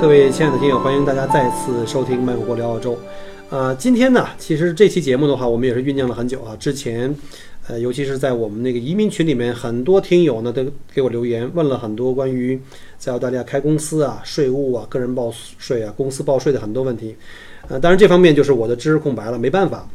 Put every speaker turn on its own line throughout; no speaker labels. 各位亲爱的听友，欢迎大家再次收听《麦火锅聊澳洲》。啊、今天呢，其实这期节目的话，我们也是酝酿了很久啊。之前，呃，尤其是在我们那个移民群里面，很多听友呢都给我留言，问了很多关于在澳大利亚开公司啊、税务啊、个人报税啊、公司报税的很多问题。呃，当然这方面就是我的知识空白了，没办法。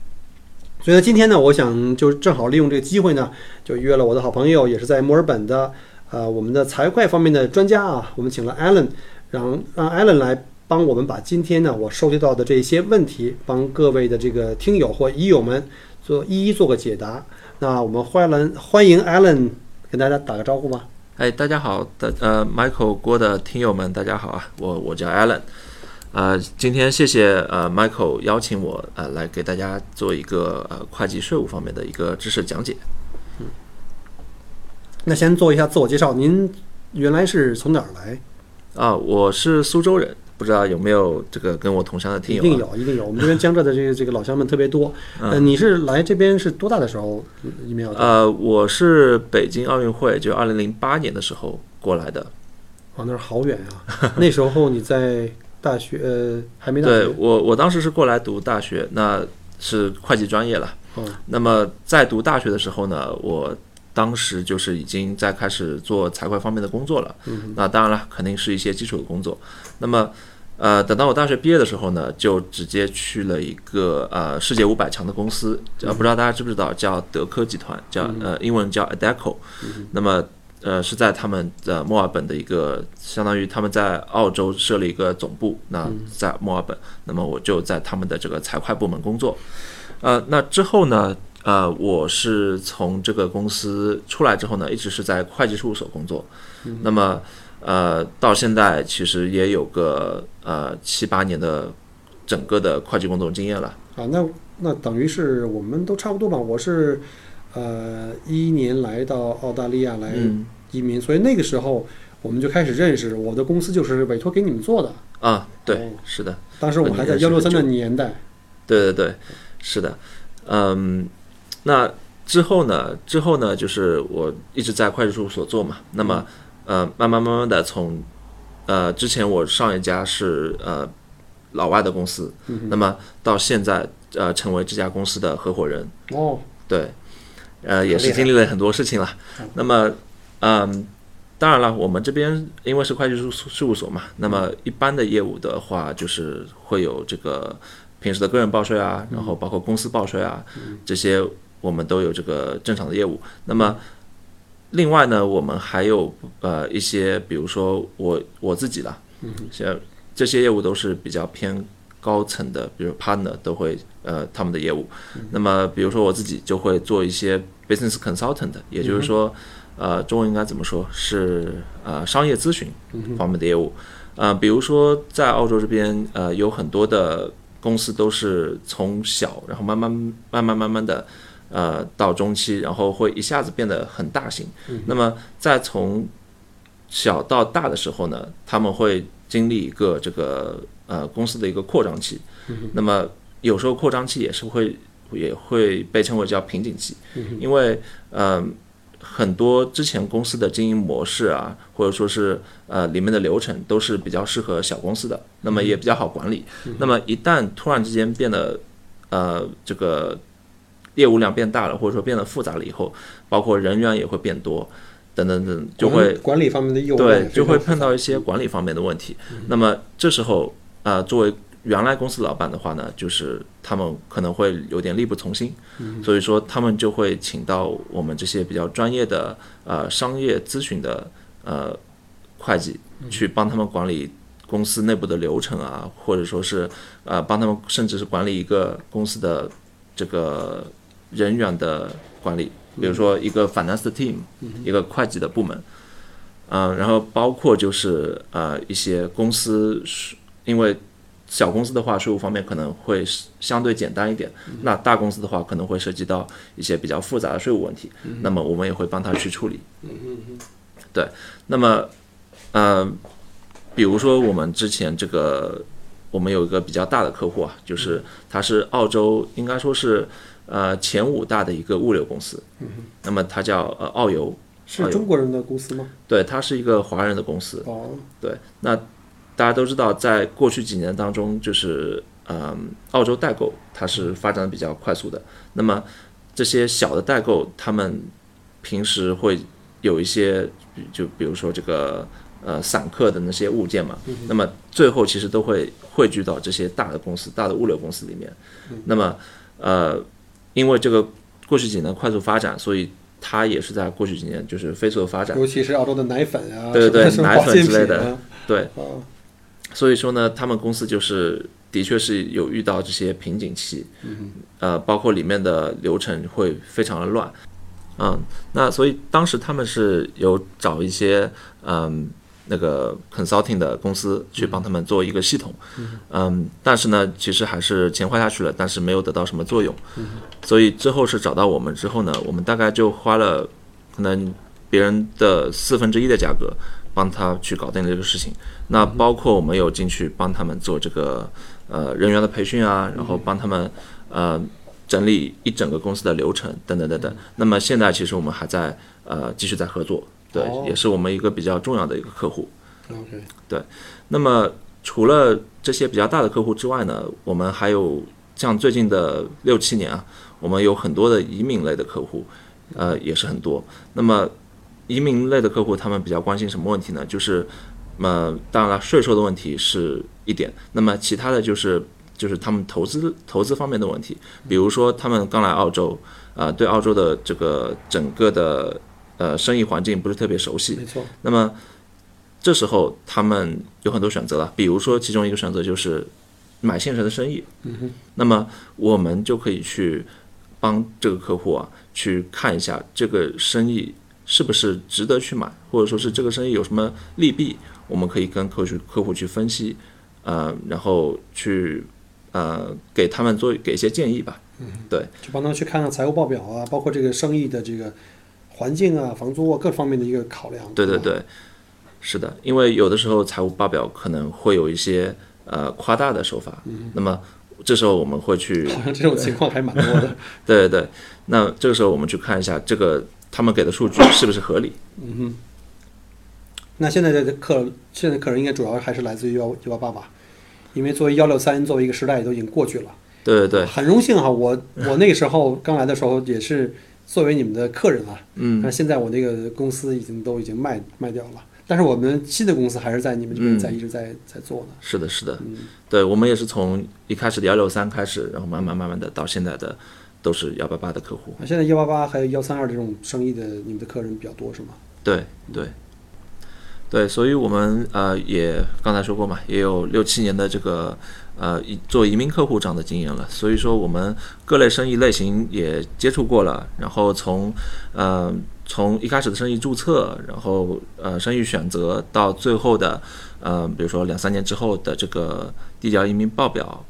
所以呢，今天呢，我想就正好利用这个机会呢，就约了我的好朋友，也是在墨尔本的，呃，我们的财会方面的专家啊，我们请了 Alan，让让 Alan 呃来帮我们把今天呢我收集到的这些问题，帮各位的这个听友或益友们做一一做个解答。那我们欢迎欢迎 Alan 跟大家打个招呼吧。
哎，大家好，大呃，Michael 郭的听友们，大家好啊，我我叫 Alan，呃，今天谢谢呃 Michael 邀请我呃来给大家做一个呃会计税务方面的一个知识讲解。
那先做一下自我介绍，您原来是从哪儿来？
啊，我是苏州人，不知道有没有这个跟我同乡的听
一
友、啊？嗯
定有，一定有。我们这边江浙的这个这个老乡们特别多。呃，你是来这边是多大的时候移民澳洲？
呃，我是北京奥运会就二零零八年的时候过来的，
哇，那是好远啊！那时候你在大学，呃，还没大
对
学。
我我当时是过来读大学，那是会计专业了。
嗯
那么在读大学的时候呢，我当时就是已经在开始做财会方面的工作了。
嗯
那当然了，肯定是一些基础的工作。那么，呃，等到我大学毕业的时候呢，就直接去了一个呃世界五百强的公司，
嗯
呃，不知道大家知不知道，叫德科集团，叫呃英文叫 Adecco。那
嗯
么呃是在他们的墨尔本的一个，相当于他们在澳洲设了一个总部，那
嗯
在墨尔本，那么我就在他们的这个财会部门工作。呃，那之后呢？呃，我是从这个公司出来之后呢，一直是在会计事务所工作。
嗯
那么，呃，到现在其实也有个呃七八年的整个的会计工作经验了。
啊，那那等于是我们都差不多吧。我是呃一一年来到澳大利亚来
嗯
移民，所以那个时候我们就开始认识。我的公司就是委托给你们做的，
啊，对
哦，
是的，
当时我们还在
那你
幺六
认识
三
很
的
久
年代。
对对对，是的，嗯，那之后呢？之后呢？就是我一直在会计事务所做嘛。那么，呃，慢慢慢慢的从，呃，之前我上一家是呃老外的公司，那么到现在呃成为这家公司的合伙人，
哦，
对，呃，也
厉
是
害
经历了很多事情了。那么，嗯，当然了，我们这边因为是会计事务事务所嘛，那
嗯
么一般的业务的话，就是会有这个平时的个人报税啊，然后
嗯
包括公司报税啊，这些我们都有这个正常的业务。那么
嗯
另外呢，我们还有呃一些，比如说我我自己啦，
嗯
像这些业务都是比较偏高层的，比如 partner 都会呃他们的业务。那么比如说我自己就会做一些 business consultant，也就是说，呃，中文应该怎么说是呃商业咨询方面的业务。呃，比如说在澳洲这边，呃，有很多的公司都是从小，然后慢慢慢慢慢慢的。呃，到中期，然后会一下子变得很大型。那么，再从小到大的时候呢，他们会经历一个这个呃公司的一个扩张期。那么有时候扩张期也是会也会被称为叫瓶颈期，因为呃很多之前公司的经营模式啊，或者说是呃里面的流程都是比较适合小公司的，那么也比较好管理。那么一旦突然之间变得呃这个业务量变大了，或者说变得复杂了以后，包括人员也会变多，等等等，嗯就
管
会
管理方面的业务
对，
量
就
非
会
常嗯
碰到一些管理方面的问题。那么这时候，呃，作为原来公司老板的话呢，就是他们可能会有点力不从心，
嗯
所以说他们就会请到我们这些比较专业的呃商业咨询的呃会计
嗯
去帮他们管理公司内部的流程啊，或者说是呃帮他们甚至是管理一个公司的这个人
嗯
员的管理，比如说一个 finance team，一个会计的部门。呃，然后包括就是呃一些公司税，因为小公司的话税务方面可能会是相对简单一点，那大公司的话可能会涉及到一些比较复杂的税务问题，那么我们也会帮他去处理。
嗯
对，那么呃，比如说我们之前这个，我们有一个比较大的客户啊，就是它是澳洲应该说是呃前五大的一个物流公司，那么它叫呃澳邮。
是中国人的公司吗？
对，它是一个华人的公司。
哦，
对，那大家都知道，在过去几年当中，就是嗯、澳洲代购它是发展的比较快速的。那么这些小的代购，他们平时会有一些，比就比如说这个呃散客的那些物件嘛，那么最后其实都会汇聚到这些大的公司、大的物流公司里面。那么呃，因为这个过去几年快速发展，所以它也是在过去几年就是飞速的发展。
尤其是澳洲的奶粉啊，
对对对
什么
奶
保
粉
健
之类
品
的
啊，
对
哦，
所以说呢，他们公司就是的确是有遇到这些瓶颈期，嗯、呃，包括里面的流程会非常的乱，嗯，那所以当时他们是有找一些嗯那个 consulting 的公司去帮他们做一个系统，嗯但是呢，其实还是钱花下去了，但是没有得到什么作用，所以之后是找到我们之后呢，我们大概就花了可能别人的四分之一的价格帮他去搞定了这个事情。那包括我们有进去帮他们做这个呃人员的培训啊，然后帮他们呃整理一整个公司的流程等等等等。那么现在其实我们还在呃继续在合作，对
哦，
也是我们一个比较重要的一个客户。
，OK，
那么除了这些比较大的客户之外呢，我们还有像最近的六七年啊，我们有很多的移民类的客户，呃，也是很多。那么移民类的客户，他们比较关心什么问题呢？就是，呃，当然了，税收的问题是一点，那么其他的就是就是他们投资投资方面的问题，比如说他们刚来澳洲，呃，对澳洲的这个整个的呃生意环境不是特别熟悉，
没错，
那么这时候他们有很多选择了，比如说其中一个选择就是买现成的生意。嗯哼。那么我们就可以去帮这个客户啊，去看一下这个生意是不是值得去买，或者说是这个生意有什么利弊，我们可以跟客户客户去分析，呃，然后去呃给他们做给一些建议吧。
就帮他们去看看财务报表啊，包括这个生意的这个环境啊、房租啊各方面的一个考量。
对对
吧，
对，是的，因为有的时候财务报表可能会有一些呃夸大的手法，那么这时候我们会去，
好像这种情况还蛮多的。
对对对，那这个时候我们去看一下这个他们给的数据是不是合理。
那现在的客，现在客人应该主要还是来自于幺幺八八吧，因为作为幺六三，作为一个时代也都已经过去了。
对对对，
很荣幸哈、 我我那个时候刚来的时候也是作为你们的客人啊，
嗯，
但现在我那个公司已经都已经卖卖掉了，但是我们新的公司还是在你们这边
嗯
在一直在在做呢。
是的，是的，
嗯
对我们也是从一开始的幺六三开始，然后慢慢慢慢的到现在的都是幺八八的客户。
啊现在幺八八还有幺三二这种生意的，你们的客人比较多是吗？
对对对，所以我们呃也刚才说过嘛，也有六七年的这个呃移做移民客户这样的经验了，所以说我们各类生意类型也接触过了，然后从呃从一开始的生意注册，然后呃生意选择到最后的呃比如说两三年之后的这个递交移民报表。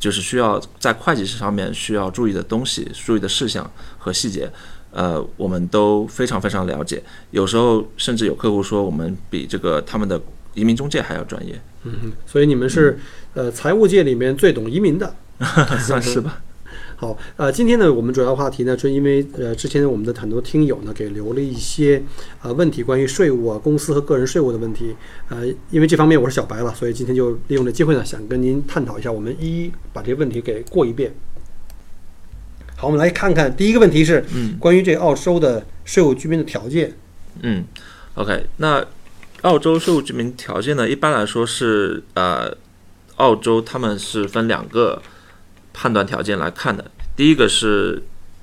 就是需要在会计上面需要注意的东西、注意的事项和细节，呃，我们都非常非常了解。有时候甚至有客户说我们比这个他们的移民中介还要专业，
嗯，所以你们是呃财务界里面最懂移民的。
算是吧？
好，呃，今天呢，我们主要话题呢，是因为呃，之前我们的很多听友呢，给留了一些呃问题，关于税务啊、公司和个人税务的问题。呃，因为这方面我是小白了，所以今天就利用这机会呢，想跟您探讨一下，我们一一把这些问题给过一遍。好，我们来看看第一个问题是
嗯
关于这澳洲的税务居民的条件。
嗯，OK，那澳洲税务居民条件呢，一般来说是呃，澳洲他们是分两个判断条件来看的，第一个是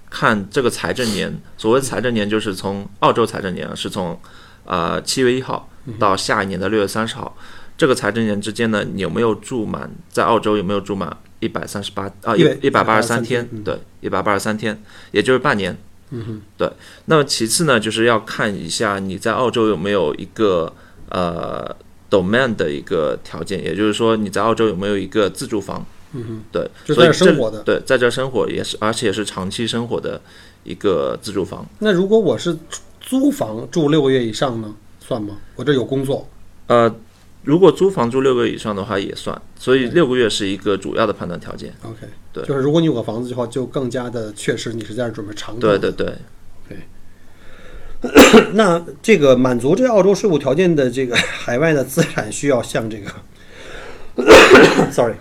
看这个财政年，所谓财政年就是从澳洲财政年啊是从呃七月一号到下一年的六月三十号。这个财政年之间呢，你有没有住满在澳洲有没有住满一百三十八啊一
100
一百八十三
183
天
天嗯？
对，一百八十三天，也就是半年。
嗯哼，
那么其次呢，就是要看一下你在澳洲有没有一个呃 domain 的一个条件，也就是说你在澳洲有没有一个自住房，
嗯哼，
对，
就
所
在
以
这儿
这
生活的。
对，在这儿生活也是，而且是长期生活的一个自住房。
那如果我是租房住六个月以上呢，算吗？我这有工作，
呃，如果租房住六个月以上的话也算，所以
嗯
六个月是一个主要的判断条件。
OK，
对
就是如果你有个房子的话，就更加的确实你是在这儿准备长住。
对对对，
那这个满足这澳洲税务条件的这个海外的资产，需要向这个 ，sorry，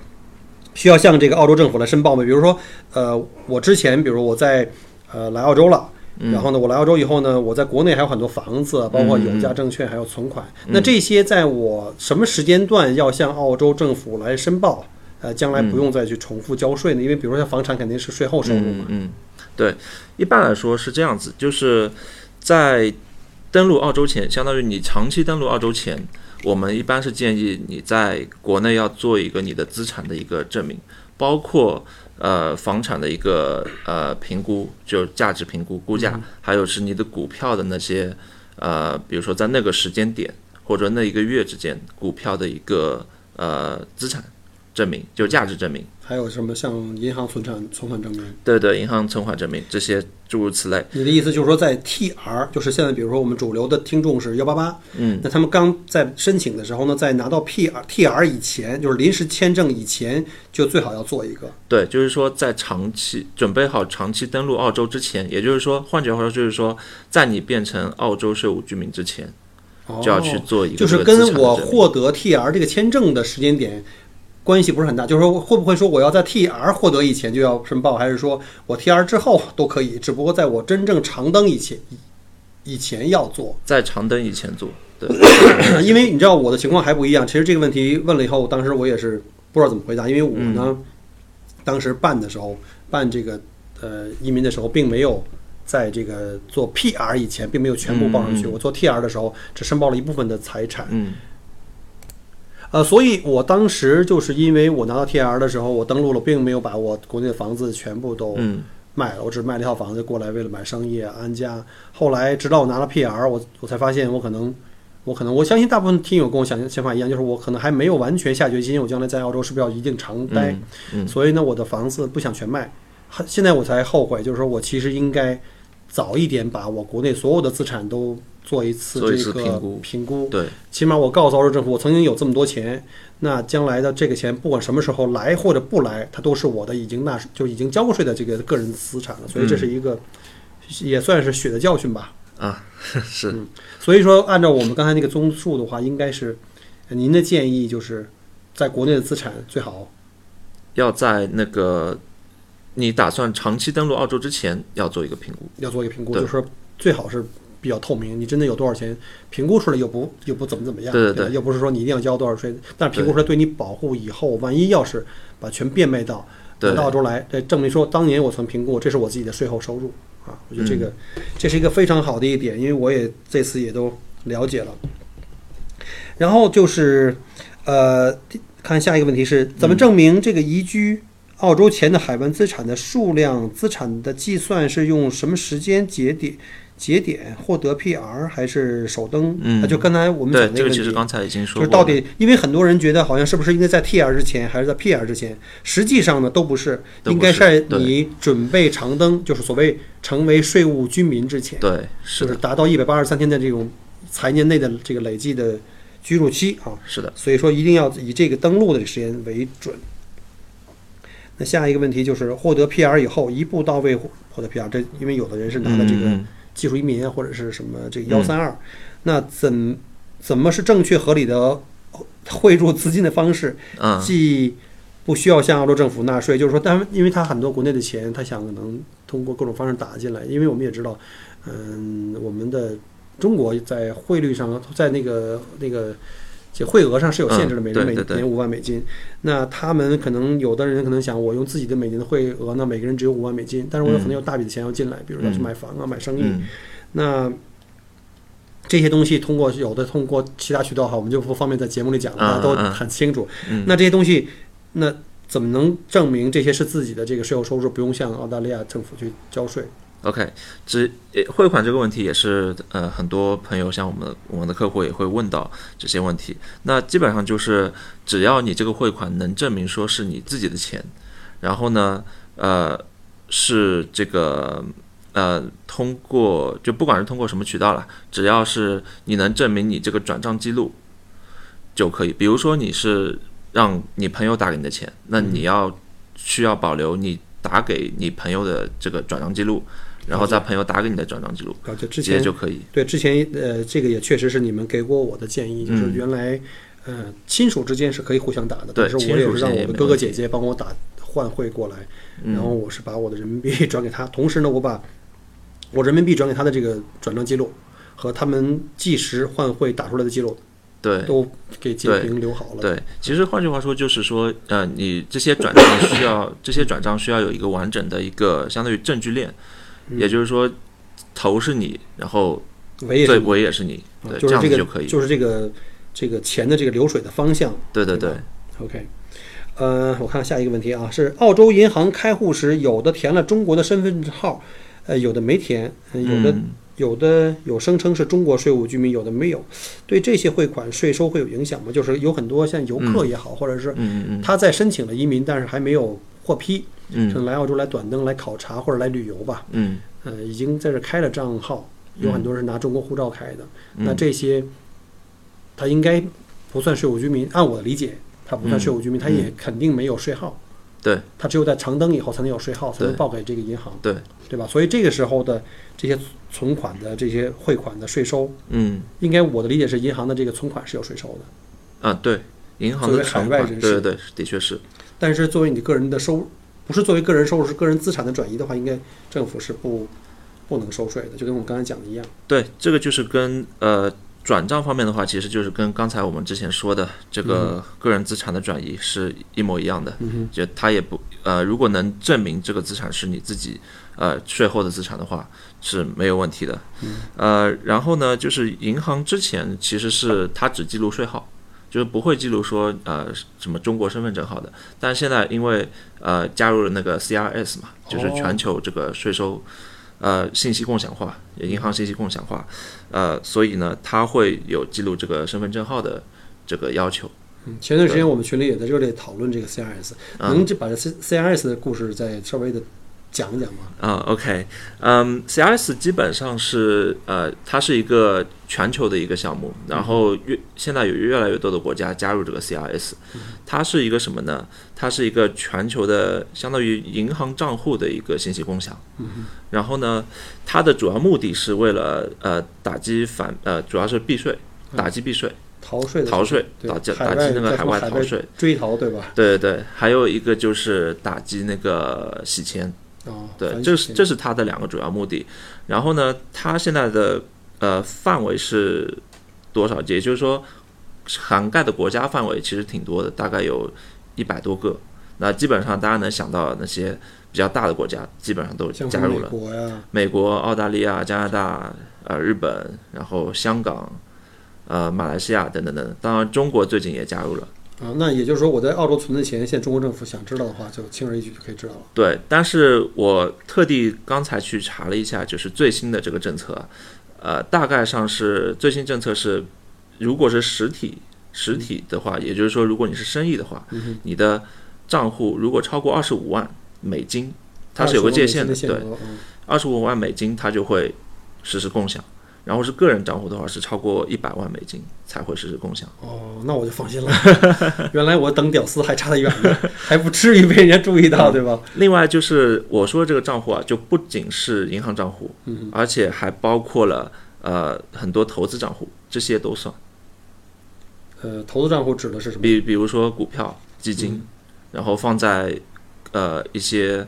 需要向这个澳洲政府来申报吗？比如说，呃，我之前比如我在呃来澳洲了。
嗯
然后呢，我来澳洲以后呢，我在国内还有很多房子，包括
嗯
有价证券，还有存款。那这些在我什么时间段要向澳洲政府来申报？呃，将
嗯
来不用再去重复交税呢？因为比如说像房产肯定是税后收入嘛
嗯。嗯，对，一般来说是这样子，就是在登陆澳洲前，相当于你长期登陆澳洲前，我们一般是建议你在国内要做一个你的资产的一个证明，包括。呃，房产的一个呃评估，就价值评估估价，
嗯
还有是你的股票的那些呃，比如说在那个时间点或者那一个月之间，股票的一个呃资产证明，就价值证明。
还有什么像银行存款存款证明？
对对，银行存款证明这些诸如此类。
你的意思就是说，在 TR，就是现在，比如说我们主流的听众是幺八八，
嗯，
那他们刚在申请的时候呢，在拿到 PR、TR 以前，就是临时签证以前，就最好要做一个。
对，就是说在长期准备好长期登陆澳洲之前，也就是说，换句话说就是说，在你变成澳洲税务居民之前，
哦
就要去做一个
就
这
是
个资
跟
产的
我
证明
获得 TR 这个签证的时间点关系不是很大，就是说会不会说我要在 TR 获得以前就要申报，还是说我 TR 之后都可以，只不过在我真正长登以前以前要做？
在长登以前做。对，
因为你知道我的情况还不一样，其实这个问题问了以后，当时我也是不知道怎么回答，因为我呢，当时办的时候办这个呃移民的时候，并没有在这个做 PR 以前，并没有全部报上去，
嗯嗯嗯
我做 TR 的时候只申报了一部分的财产，
嗯
呃，所以我当时就是因为我拿到 TR 的时候，我登录了，并没有把我国内的房子全部都
嗯
卖了，我只卖了一套房子过来，为了买商业安家。后来直到我拿了 PR，我我才发现我可能，我可能我相信大部分听友跟我想想法一样，就是我可能还没有完全下决心，我将来在澳洲是不是要一定长待。
嗯嗯
所以呢，我的房子不想全卖，还现在我才后悔，就是说我其实应该早一点把我国内所有的资产都做一次
做一
这
次
个
评估
评估
对，
起码我告诉澳洲政府，我曾经有这么多钱，那将来的这个钱不管什么时候来或者不来，它都是我的已经纳税就已经交过税的这个个人资产了，所以这是一
嗯
个、也算是血的教训吧。
啊， 是
所以说，按照我们刚才那个综述的话，应该是呃您的建议就是，在国内的资产最好
要在那个你打算长期登陆澳洲之前要做一个评估。
要做一个评估，就
对
是说最好是。比较透明，你真的有多少钱，评估出来又不又不怎么怎么样，
对
吧
对对
又不是说你一定要交多少税，但是评估出来对你保护以后，万一要是把全变卖到拿
对
到，澳洲来，这证明说当年我曾评估，这是我自己的税后收入啊。我觉得这个、
嗯
这是一个非常好的一点，因为我也这次也都了解了。然后就是呃，第看下一个问题是怎么
嗯
证明这个移居澳洲前的海湾资产的数量、资产的计算是用什么时间节点？节点获得 PR 还是首登？
嗯
那就刚才我们讲
对
的那
这
个
个
问
其
题
实，刚才已经说
就是
过了。
到底，因为很多人觉得好像是不是应该在 TR 之前，还是在 PR 之前？实际上呢，都不是，
都不是
应该在你准备长登，就是所谓成为税务居民之前，
对
就是是
的
达到一百八十三天的这种财年内的这个累计的居住期啊。
是的，
所以说一定要以这个登录的时间为准。那下一个问题就是获得 PR 以后，一步到位获得 PR，这因为有的人是拿了这个
嗯嗯
技术移民啊，或者是什么这
嗯
个幺三二，那怎怎么是正确合理的汇入资金的方式？
嗯
既不需要向澳洲政府纳税，就是说，但因为他很多国内的钱，他想可能通过各种方式打进来，因为我们也知道，嗯，我们的中国在汇率上，在那个那个。这汇额上是有限制的，
嗯
每人每
对对对
年五万美金。那他们可能有的人可能想，我用自己的每年的汇额呢，每个人只有五万美金，但是我有可能有大笔的钱要进来，比如要去买房啊、买生意，
嗯
那这些东西通过有的通过其他渠道哈，我们就不方便在节目里讲了，
啊
大家都
啊
很清楚。
嗯
那这些东西，那怎么能证明这些是自己的这个税后收入，不用向澳大利亚政府去交税？
OK，只呃汇款这个问题也是呃很多朋友像我们的我们的客户也会问到这些问题。那基本上就是只要你这个汇款能证明说是你自己的钱，然后呢，呃，是这个呃通过就不管是通过什么渠道啦，只要是你能证明你这个转账记录就可以。比如说你是让你朋友打给你的钱，那你要需要保留你打给你朋友的这个转账记录。然后再朋友打给你的转账记录，
啊，就之
直接
前
就可以。
对之前呃，这个也确实是你们给过我的建议，就是
嗯
原来呃亲属之间是可以互相打的，
对
但是
亲
我也
属
是
之
让
间
我
也
的
没
哥哥
问
姐
题
姐帮我打换汇过来，然后
嗯，
我是把我的人民币 转给他，同时呢，我把我人民币转给他的这个转账记录和他们计时换汇打出来的记录
对
都给截屏留好了。
对。其实换句话说，就是说，呃，你这些转账需要 这些转账需要有一个完整的一个相当于证据链，
嗯
也就是说，头是你，然后
唯一
对
是
尾也是你，
啊
对，
就
这
是
样
这
子
个
就可以。
就是这个这个钱的这个流水的方向。
对对
对
对，
OK，呃，我看下一个问题啊，是澳洲银行开户时，有的填了中国的身份证号，呃，有的没填，呃有的、
嗯
有的有声称是中国税务居民，有的没有。对这些汇款税收会有影响吗？就是有很多像游客也好，或者是
嗯嗯
他在申请了移民，但是还没有获批，可
嗯
能来澳洲来短灯、来考察或者来旅游吧，
嗯
呃，已经在这开了账号，有很多是拿中国护照开的。
嗯，
那这些他应该不算税务居民，按我的理解，他不算
嗯
税务居民，他也肯定没有税号。
对，
他只有在长登以后才能有税号，才能
对
报给这个银行，
对，
对吧？所以这个时候的这些存款的这些汇款的税收，
嗯
应该我的理解是银行的这个存款是有税收的，
啊对，银行
作
的
为海
存
外
款，
人
对
士
对对，的确是，
但是作为你个人的收入，不是作为个人收入，是个人资产的转移的话，应该政府是不不能收税的，就跟我们刚才讲的一样。
对，这个就是跟呃转账方面的话，其实就是跟刚才我们之前说的这个个人资产的转移是一模一样的。
嗯哼，
就他也不呃，如果能证明这个资产是你自己呃税后的资产的话，是没有问题的。
嗯
呃，然后呢，就是银行之前其实是它只记录税号，就是不会记录说呃什么中国身份证号的。但现在因为呃加入了那个 CRS 嘛，就是
哦
全球这个税收。呃，信息共享化，银行信息共享化，呃，所以呢，它会有记录这个身份证号的这个要求。
嗯前段时间我们群里也在热烈讨论这个 CRS，
嗯
能这把这 C CRS 的故事再稍微的讲一讲吗？
啊、o k 嗯、c r s 基本上是呃，它是一个全球的一个项目，然后越现在有越来越多的国家加入这个 CRS，它是一个什么呢？它是一个全球的相当于银行账户的一个信息共享。然后呢，它的主要目的是为了呃打击反呃，主要是避税，打击避税、
逃税的
逃税，
对
打击
海
打击
外
那
叫
个海
什么
外
海
逃
外
税。
追逃对吧？
对对对，还有一个就是打击那个洗钱。
啊，
对，
反
这
洗
是
钱
这是它的两个主要目的。然后呢，它现在的呃范围是多少？也就是说，涵盖的国家范围其实挺多的，大概有一百多个。那基本上大家能想到那些比较大的国家，基本上都
像
加
什么
入
美
了
国呀，
美国、澳大利亚、加拿大、呃日本，然后香港、呃马来西亚等等等等。当然，中国最近也加入了。
啊，那也就是说我在澳洲存的钱，现在中国政府想知道的话，就轻而易举就可以知道了。
对，但是我特地刚才去查了一下，就是最新的这个政策啊，呃，大概上是最新政策是，如果是实体实体的话，也就是说，如果你是生意的话，
嗯哼，
你的账户如果超过二十五万美金，它是有个界限
的，
的，对，
额嗯
二十五万美金它就会实时共享。然后是个人账户的话，是超过一百万美金才会实时共享。
哦，那我就放心了。 原来我等屌丝还差得远呢，还不至于被人家注意
嗯
到，对吧？
另外就是我说这个账户啊，就不仅是银行账户，
嗯
而且还包括了呃很多投资账户，这些都算。
呃，投资账户指的是什么？
比比如说股票、基金，
嗯
然后放在呃一些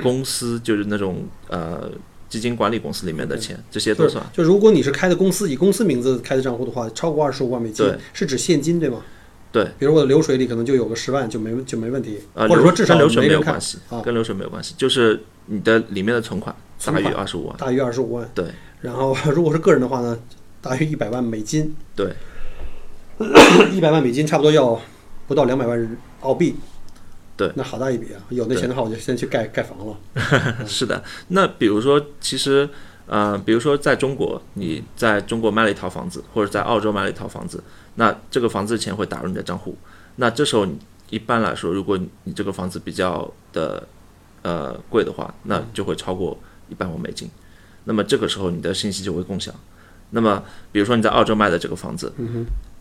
公司，就是那种呃基金管理公司里面的
嗯
钱，这些都
就是
算。
就如果你是开的公司以公司名字开的账户的话，超过二十五万美金
对
是指现金对吗？
对，
比如我的流水里可能就有个十万就没就没问题，
呃，
或者
流
说至少
跟流水
没
没
人
有
看
关，系
啊，
跟流水没有关系，就是你的里面的存款大
存
于
款
二十五万。
大于二十五万。
对，
然后 如果是个人的话呢，大约一百万美金。
对，
一百万美金差不多要不到两百万澳币，
对，
那好大一笔啊！有那钱的话，我就先去盖盖房了。
是的，那比如说，其实，呃，比如说在中国，你在中国买了一套房子，或者在澳洲买了一套房子，那这个房子的钱会打入你的账户。那这时候你一般来说，如果你这个房子比较的呃贵的话，那就会超过一百万美金。那么这个时候你的信息就会共享。那么比如说你在澳洲卖的这个房子，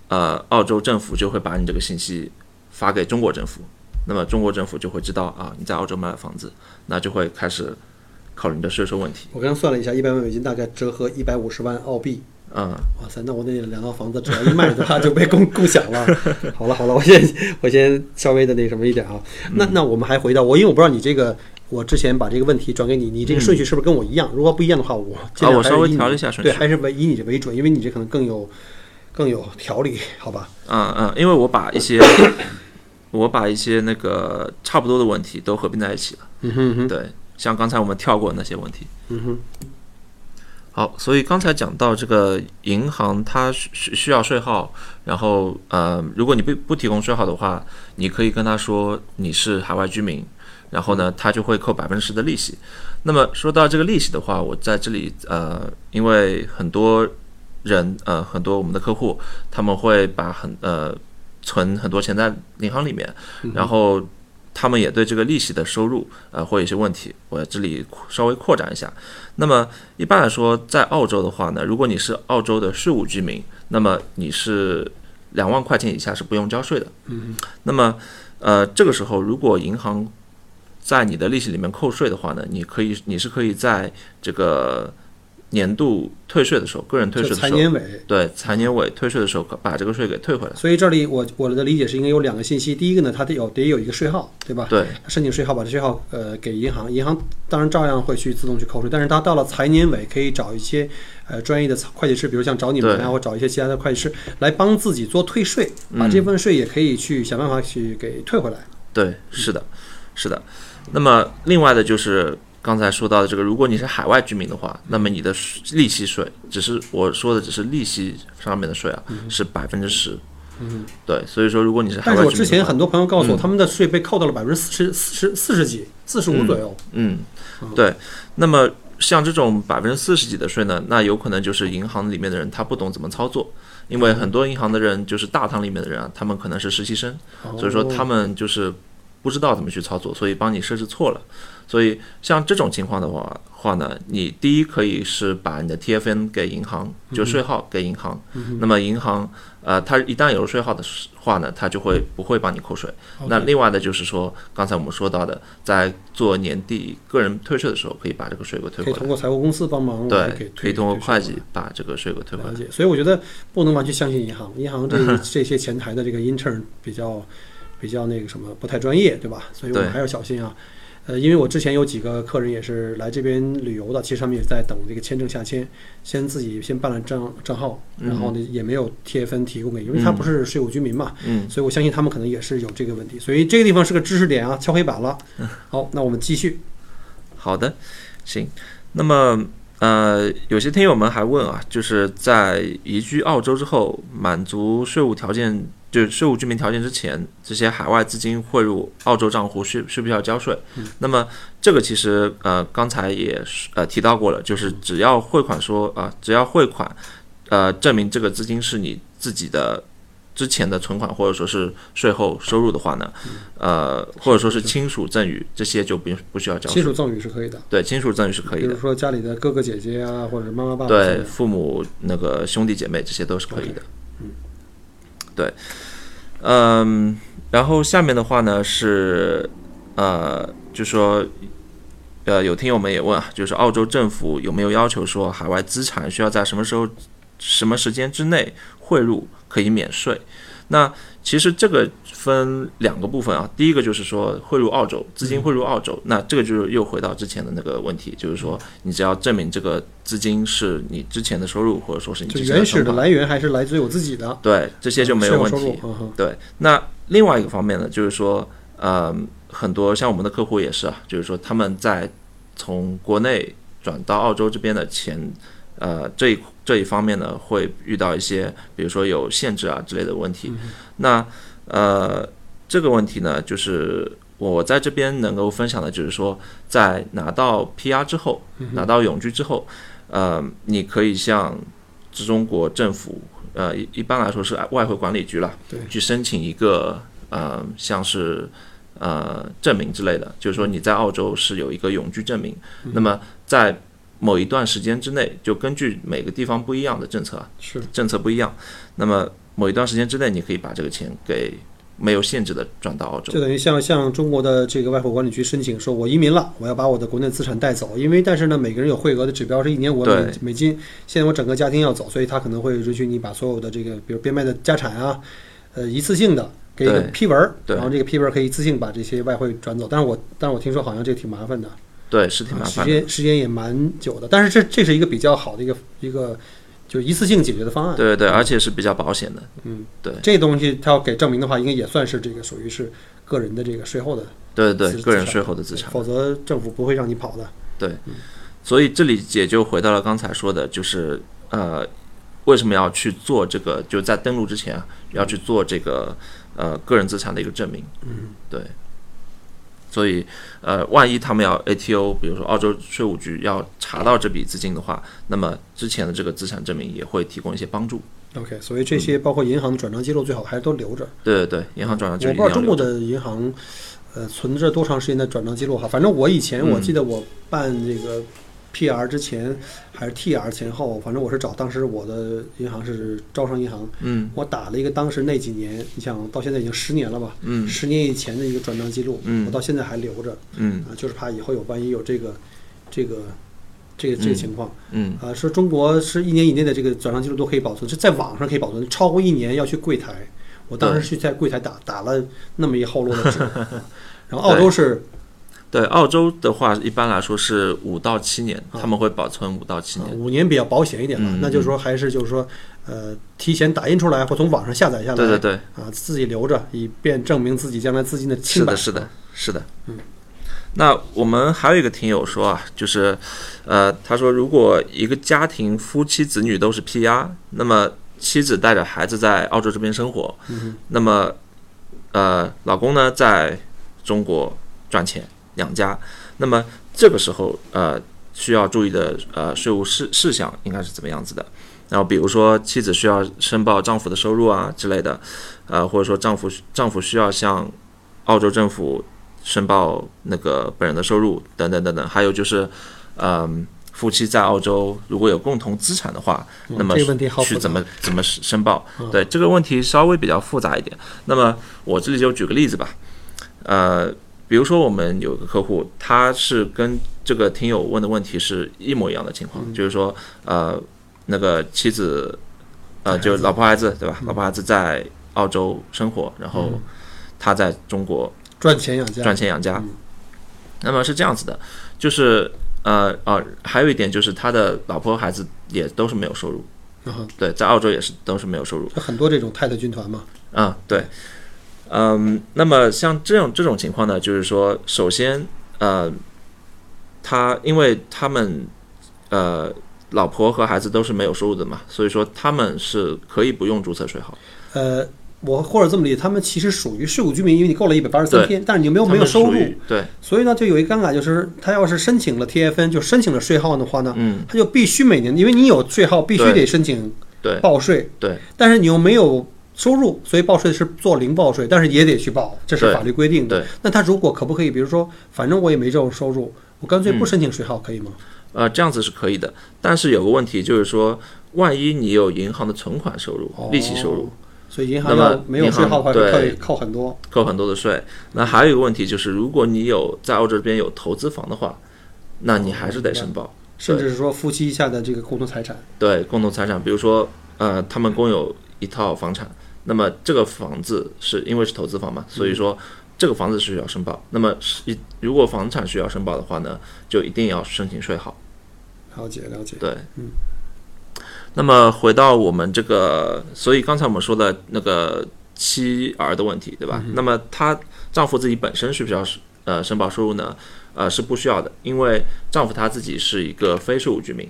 呃，澳洲政府就会把你这个信息发给中国政府。那么中国政府就会知道啊，你在澳洲买了房子，那就会开始考虑你的税收问题。
我刚刚算了一下，一百万美金大概折合一百五十万澳币。
嗯，
哇塞，那我那两套房子只要一卖的话就被共共享了。好了好了，我先我先稍微的那什么一点啊。
嗯
那那我们还回到我，因为我不知道你这个，我之前把这个问题转给你，你这个顺序是不是跟我一样？如果不一样的话，我尽量
嗯啊我
还
稍
是
微
以你
调了一下顺
对，
序
还是为以你这为准，因为你这可能更有更有条理，好吧？
嗯嗯，因为我把一些我把一些那个差不多的问题都合并在一起了。
嗯哼哼，
对，像刚才我们跳过的那些问题。
嗯哼，
好，所以刚才讲到这个银行，它需需需要税号，然后呃，如果你不不提供税号的话，你可以跟他说你是海外居民，然后呢，他就会扣百分之十的利息。那么说到这个利息的话，我在这里呃，因为很多人呃，很多我们的客户他们会把很呃存很多钱在银行里面，
嗯
然后他们也对这个利息的收入呃会有一些问题，我这里稍微扩展一下。那么一般来说，在澳洲的话呢，如果你是澳洲的税务居民，那么你是两万块钱以下是不用交税的。
嗯
那么，呃，这个时候如果银行在你的利息里面扣税的话呢，你可以你是可以在这个年度退税的时候，个人退
就
税的
财
时候，
年尾。
对财年尾退税的时候，把这个税给退回来。
所以这里我我的理解是应该有两个信息，第一个呢，它得有得有一个税号，对吧？
对，
申请税号，把这税号呃给银行，银行当然照样会去自动去扣税，但是他到了财年尾，可以找一些呃专业的会计师，比如像找你们啊，
对
或找一些其他的会计师来帮自己做退税，把
嗯
这份税也可以去想办法去给退回来。
对，是的，是的。那么另外的就是刚才说到的这个，如果你是海外居民的话，那么你的税利息税，只是我说的只是利息上面的税啊，是百分之十。
嗯，
对，所以说如果你是海
但
外
是我
居
之
民
前
的话，
很多朋友告诉我，
嗯
他们的税被扣到了百分之四十、四十、四十几、四十五
嗯
左右。
嗯，对。那么像这种百分之四十几的税呢，那有可能就是银行里面的人他不懂怎么操作，
嗯
因为很多银行的人就是大堂里面的人啊，他们可能是实习生。嗯所以说他
哦
们就是不知道怎么去操作，所以帮你设置错了。所以像这种情况的话话呢，你第一可以是把你的 TFN 给银行，就
嗯
税号给银行。那么银行呃，它一旦有了税号的话呢，它就会不会帮你扣税。那
OK
另外的就是说，刚才我们说到的，在做年底个人退税的时候，可以把这个税给退
可以
回
通
来。
过财务公司帮忙，我就
对，可
退
以通过
退税
会
了
计把这个税给退回
了
来。
解，所以我觉得不能完全相信银行，银行这
嗯
个这些前台的这个 intern 比较比较那个什么不太专业，对吧？所以我们
对
还要小心啊。呃，因为我之前有几个客人也是来这边旅游的，其实他们也在等这个签证下签，先自己先办了账账号，
嗯
然后呢也没有 TFN 提供给，因为他不是税务居民嘛，
嗯，
所以我相信他们可能也是有这个问题，所以这个地方是个知识点啊，敲黑板了。
嗯
好，那我们继续。
好的，行。那么呃，有些听友们还问啊，就是在移居澳洲之后，满足税务条件，就是税务居民条件之前，这些海外资金汇入澳洲账户需需不需要交税？那么这个其实呃刚才也是呃提到过了，就是只要汇款说啊、只要汇款呃证明这个资金是你自己的。之前的存款或者说是税后收入的话呢，呃，或者说是亲属赠与，这些就不不需要交税
亲。属赠与是可以的，
对，亲属赠与是可
比
以
如
的，
说家里的哥哥姐姐啊，或者是妈妈爸爸之类
对
的。
父母那个兄弟姐妹这些都是可以的
OK，。
对，嗯，然后下面的话呢是，呃，就说，呃，有听友们也问啊，就是澳洲政府有没有要求说海外资产需要在什么时候、什么时间之内汇入可以免税？那其实这个分两个部分啊，第一个就是说汇入澳洲，资金汇入澳
嗯
洲，那这个就是又回到之前的那个问题，就是说你只要证明这个资金是你之前的收入，或者说是你
就
之前
原始
存
的
款，
来源还是来自于我自己的，
对，这些就没有问
税后收
题
入。。嗯哼
对，那另外一个方面呢，就是说，呃，很多像我们的客户也是啊，就是说他们在从国内转到澳洲这边的钱，呃，这一这一方面呢，会遇到一些，比如说有限制啊之类的问题。那呃，这个问题呢，就是。我在这边能够分享的就是说，在拿到 PR 之后，拿到永居之后，呃，你可以向中国政府，呃，一一般来说是外汇管理局啦，
对
去申请一个呃，像是呃证明之类的，就是说你在澳洲是有一个永居证明，
嗯
那么在某一段时间之内，就根据每个地方不一样的政策啊，
是
政策不一样，那么某一段时间之内，你可以把这个钱给没有限制的转到澳洲
就。等于像向中国的这个外汇管理局申请说，我移民了，我要把我的国内资产带走，因为但是呢，每个人有汇额的指标是一年我美
对
美金，现在我整个家庭要走，所以他可能会允许你把所有的这个，比如变卖的家产啊，呃，一次性的给一个
对
批文儿，
对
然后这个批文儿可以一次性把这些外汇转走，但是我但是我听说好像这挺麻烦的，
对，是挺麻
时
烦的。
间时间也蛮久的，但是这这是一个比较好的一个一个就一次性解决的方案，
对对，而且是比较保险的。
嗯，
对
这东西他要给证明的话，应该也算是这个属于是个人的这个税后的。
对对
资
对，个人
资产
税后的资产。
否则政府不会让你跑的。
所以这里也就回到了刚才说的，就是呃，为什么要去做这个？就在登录之前啊，要去做这个呃个人资产的一个证明。
嗯，
对。所以呃，万一他们要 ATO，比如说澳洲税务局要查到这笔资金的话，那么之前的这个资产证明也会提供一些帮助。
OK，所以这
嗯
些包括银行的转账记录，最好还是都留着。
对对对，银行转账记
我
录
不知道
啊一定要
中国
留着
的银行，呃，存着多长时间的转账记录哈。反正我以前
嗯
我记得我办这个 PR 之前还是 TR 前后，反正我是找当时我的银行是招商银行，
嗯
我打了一个当时那几年，你想到现在已经十年了吧？
嗯
十年以前的一个转账记录，
嗯
我到现在还留着
嗯
啊，就是怕以后有万一有这个这个这个这个
嗯
情况。
嗯，
啊，说中国是一年以内的这个转账记录都可以保存，是在网上可以保存，超过一年要去柜台。我当时去在柜台打打了那么一厚摞的 纸，啊然后澳洲是
对，澳洲的话一般来说是五到七年，
啊
他们会保存五到七
啊
年。
五年比较保险一点吧，
嗯
那就是说还是就是说，呃，提前打印出来或从网上下载下来，
对对对，
啊，自己留着，以便证明自己将来资金的
是
清白。
的，是的，是的。
嗯，
那我们还有一个听友说啊，就是，呃，他说如果一个家庭夫妻子女都是 PR，那么妻子带着孩子在澳洲这边生活，
嗯哼
那么，呃，老公呢在中国赚钱养家，那么这个时候呃需要注意的呃税务事事项应该是怎么样子的？然后比如说妻子需要申报丈夫的收入啊之类的，呃或者说丈夫丈夫需要向澳洲政府申报那个本人的收入等等等等，还有就是嗯、夫妻在澳洲如果有共同资产的话，
嗯
那么
这个问题好复
去
杂
怎么怎么申报
嗯？
对这个问题稍微比较复杂一点。那么我这里就举个例子吧，呃，比如说我们有个客户，他是跟这个听友问的问题是一模一样的情况，
嗯
就是说呃，那个妻子嗯呃就老婆孩子对吧？老婆孩子在澳洲生活，然后他在中国
赚钱养家，
赚钱养家
嗯。
那么是这样子的，就是呃呃，还有一点就是他的老婆孩子也都是没有收入，
啊，
对，在澳洲也是都是没有收入。
就很多这种太太军团嘛，
啊，对，嗯，那么像这种这种情况呢，就是说，首先，呃，他因为他们呃老婆和孩子都是没有收入的嘛，所以说他们是可以不用注册税号。
呃。我或者这么理解，他们其实属于税务居民，因为你够了一百八十三
对
天，但是你又没有
他
没
们
有收
属
入，
于对，
所以呢，就有一尴尬，就是他要是申请了 TFN，就申请了税号的话呢，
嗯，
他就必须每年，因为你有税号，必须
对
得申请
对，
报税，
对，
但是你又没有收入，所以报税是做零报税，但是也得去报，这是
对
法律规定的。
对
那他如果可不可以，比如说，反正我也没这种收入，我干脆不
嗯
申请税号，可以吗？
呃，这样子是可以的，但是有个问题就是说，万一你有银行的存款收入、利息收入，
哦，所以银行
那么
要没有税号的话，
银行
会
对
扣扣很多。
扣很多的税。那还有一个问题就是，如果你有在澳洲这边有投资房的话，那你还是得申报。
甚至是说夫妻下的这个共同财产，
对，共同财产，比如说，呃，他们共有一套房产，那么这个房子是因为是投资房嘛，所以说这个房子是需要申报。那么是一如果房产需要申报的话呢，就一定要申请税号。
了解了解。
对，
嗯。
那么回到我们这个，所以刚才我们说的那个妻儿的问题，对吧？那么她丈夫自己本身需不需要呃申报收入呢？呃，是不需要的，因为丈夫他自己是一个非税务居民，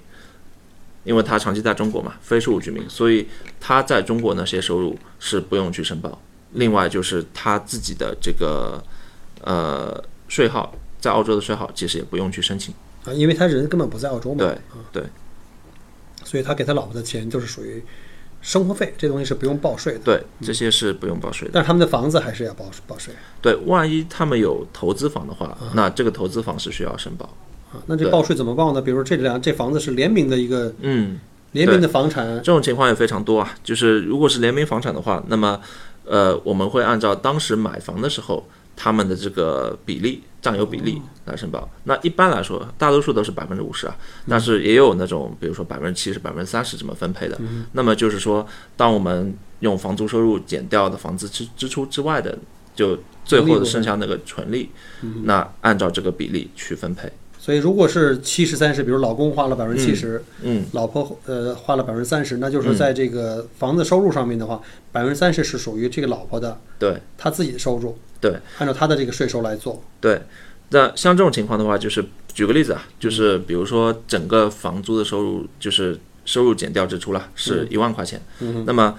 因为他长期在中国嘛，非税务居民，所以他在中国那些收入是不用去申报。另外就是他自己的这个呃，税号在澳洲的税号其实也不用去申请。
啊，因为他人根本不在澳洲嘛，
对
啊
对，
所以他给他老婆的钱就是属于生活费，这东西是不用报税的。
对，这些是不用报税的。
但是他们的房子还是要报报税
对，万一他们有投资房的话，那这个投资房是需要申报。
啊。那这报税怎么报呢？比如这两这房子是联名的一个
嗯，
联名的房产
这种情况也非常多啊。就是如果是联名房产的话，那么呃，我们会按照当时买房的时候他们的这个比例占有比例来申报。那一般来说，大多数都是百分之五十啊，但是也有那种比如说百分之七十、百分之三十这么分配的。那么就是说，当我们用房租收入减掉的房子支支出之外的，就最后的剩下那个纯利，那按照这个比例去分配。
所以如果是七十三十，比如老公花了百分之七十，
嗯，
老婆呃花了百分之三十，那就是在这个房子收入上面的话，百分之三十是属于这个老婆的，
对，
她自己的收入，
对，
按照她的这个税收来做。
对，那像这种情况的话，就是举个例子啊，就是比如说整个房租的收入就是收入减掉支出了，是一万块钱，那么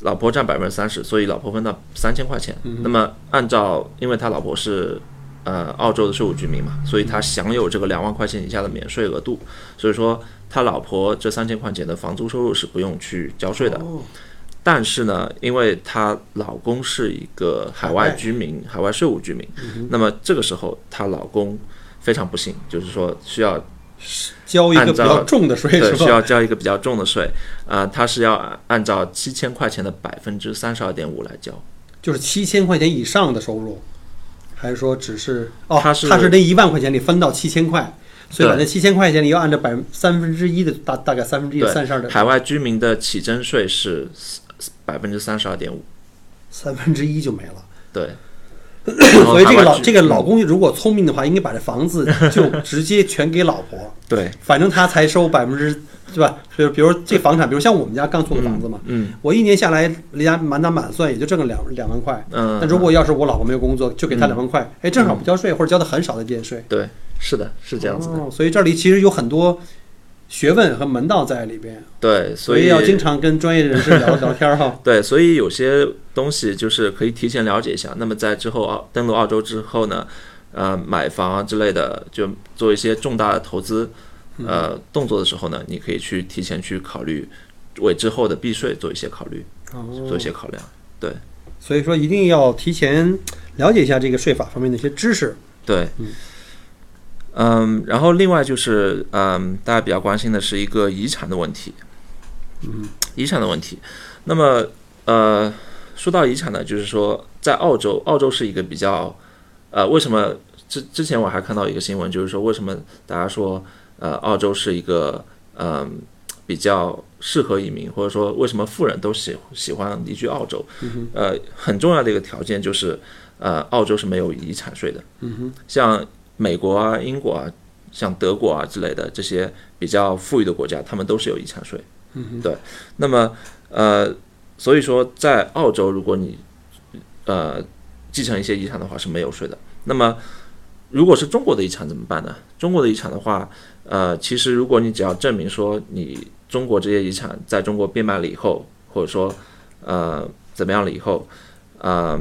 老婆占百分之三十，所以老婆分到三千块钱。那么按照，因为他老婆是。呃，澳洲的税务居民嘛，所以他享有这个两万块钱以下的免税额度，所以说他老婆这三千块钱的房租收入是不用去交税的。
哦
但是呢，因为她老公是一个海外居民、海外税务居民，那么这个时候她老公非常不幸，就是说需要
交一个比较
按照
重的税
对
是
需
吧？
要交一个比较重的税，啊，他是要按照七千块钱的百分之三十二点五来交，
就是七千块钱以上的收入，还是说只是哦，
她是
她是那一万块钱里分到七千块，所以把
对
那七千块钱里要按照百分三分之一的大大概三分之一的三十二的
海外居民的起征税是百分之三十二点五，
三分之一就没了。
对。然后
所以这个
海外
老
居嗯
这个老公如果聪明的话，应该把这房 子就直接全给老婆。
对
反正他才收百分之，对吧？比如比如这房产，比如像我们家刚租的房子嘛，
嗯
我一年下来，人家满打满算也就挣个两两万块。
嗯，
但如果要是我老婆没有工作，就给她两万块，哎，正好不交税，或者交的很少的一点税，
对是的是这样子的，
哦。所以这里其实有很多学问和门道在里边，
对，
所
所
以要经常跟专业人士聊聊天儿 哈。
对，所以有些东西就是可以提前了解一下。那么在之后澳登陆澳洲之后呢，呃，买房啊之类的，就做一些重大的投资呃动作的时候呢，你可以去提前去考虑，为之后的避税做一些考虑，做
哦
一，些考量。
所以说一定要提前了解一下这个税法方面的一些知识。
对，嗯，然后另外就是，嗯，大家比较关心的是一个遗产的问题，嗯，遗产的问题。那么，呃，说到遗产呢，就是说，在澳洲，澳洲是一个比较，呃，为什么之之前我还看到一个新闻，就是说为什么大家说，呃，澳洲是一个，嗯、比较适合移民，或者说为什么富人都喜喜欢移居澳洲？呃，很重要的一个条件就是，呃，澳洲是没有遗产税的。像美国啊、英国啊、像德国啊之类的这些比较富裕的国家，他们都是有遗产税。嗯，对。那么呃，所以说在澳洲，如果你呃继承一些遗产的话是没有税的。那么如果是中国的遗产怎么办呢？中国的遗产的话，呃，其实如果你只要证明说你中国这些遗产在中国变卖了以后，或者说呃怎么样了以后，嗯、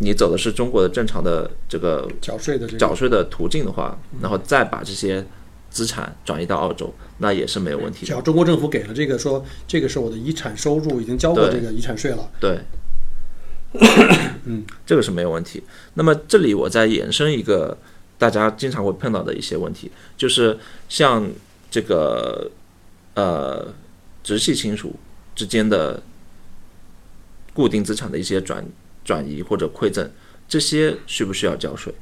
你走的是中国的正常的这个
缴税的这个
缴税的途径的话，然后再把这些资产转移到澳洲，那也是没有问题
只
的。
要中国政府给了这个说这个是我的遗产收入，已经交过
对
这个遗产税了。
对，嗯，这个是没有问题。那么这里我再延伸一个大家经常会碰到的一些问题，就是像这个呃直系亲属之间的固定资产的一些转转移或者馈赠，这些需不需要交税？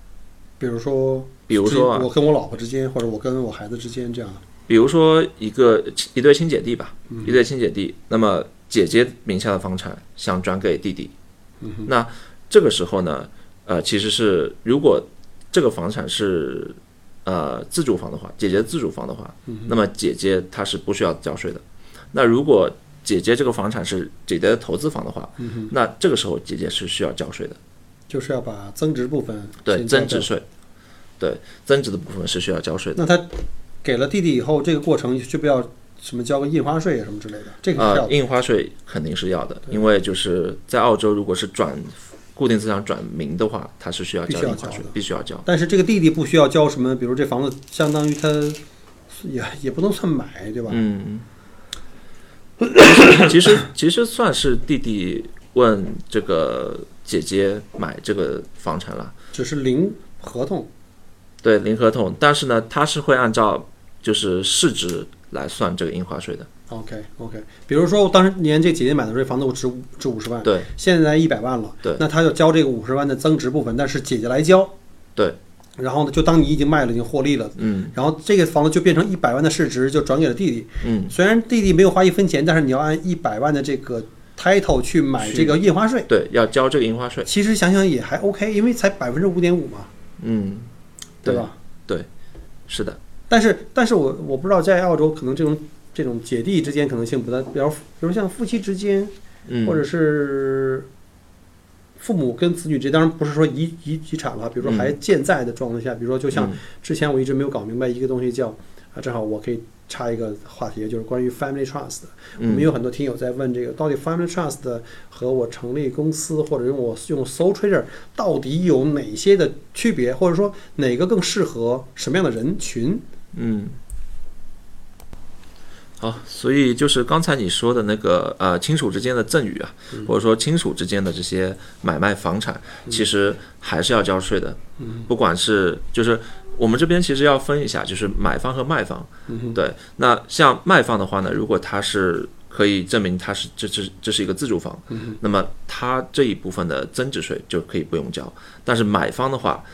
比如说，
比如说啊，
我跟我老婆之间，或者我跟我孩子之间这样，
比如说一个一对亲姐弟吧，一对亲姐弟，那么姐姐名下的房产想转给弟弟，那这个时候呢，呃，其实是如果这个房产是呃自住房的话，姐姐自住房的话，那么姐姐她是不需要交税的。那如果姐姐这个房产是姐姐的投资房的话，那这个时候姐姐是需要交税的，
就是要把增值部分
对
先交
增值
掉。
税，对增值的部分是需要交税
那
的。
他给了弟弟以后，这个过程需不要什么交个印花税啊什么之类的？这个是
呃
要，
印花税肯定是要的，因为就是在澳洲，如果是转固定资产转名的话，它是需要交印
必
花
须要交
税
的，
必须要交。
但是这个弟弟不需要交什么，比如这房子相当于他也也不能算买，对吧？
嗯， 其实其实算是弟弟问这个姐姐买这个房产了，
只是零合同，
对零合同，但是呢，他是会按照就是市值来算这个印花税的，
OK OK，比如说我当时年这姐姐买的这房子，我值五值五十万，
对，
现在一百万了，
对
那她要交这个五十万的增值部分，但是姐姐来交，
对，
然后呢，就当你已经卖了，已经获利了，
嗯
然后这个房子就变成一百万的市值，就转给了弟弟。
嗯，
虽然弟弟没有花一分钱，但是你要按一百万的这个 title 去买这个印花税，
对，要交这个印花税，
其实想想也还 OK，因为才百分之五点五嘛，
嗯，
对
对
吧？
是的，
但是，但是我我不知道在澳洲可能这种这种姐弟之间可能性不大，比如比如像夫妻之间。
嗯，
或者是父母跟子女之间，当然不是说遗遗遗产了，比如说
嗯
还健在的状态下，比如说就像
嗯
之前我一直没有搞明白一个东西叫啊，正好我可以插一个话题，就是关于 family trust 的。我们
嗯
有很多听友在问这个，到底 family trust 的和我成立公司或者用我用 sole trader 到底有哪些的区别，或者说哪个更适合什么样的人群？
嗯，好，所以就是刚才你说的那个呃，亲属之间的赠与啊，
嗯
或者说亲属之间的这些买卖房产，其实还是要交税的。
嗯
不管是就是我们这边其实要分一下，就是买方和卖方。
嗯哼，
对，那像卖方的话呢，如果他是可以证明他是这这这是一个自住房，
嗯哼
那么他这一部分的增值税就可以不用交。但是买方的话，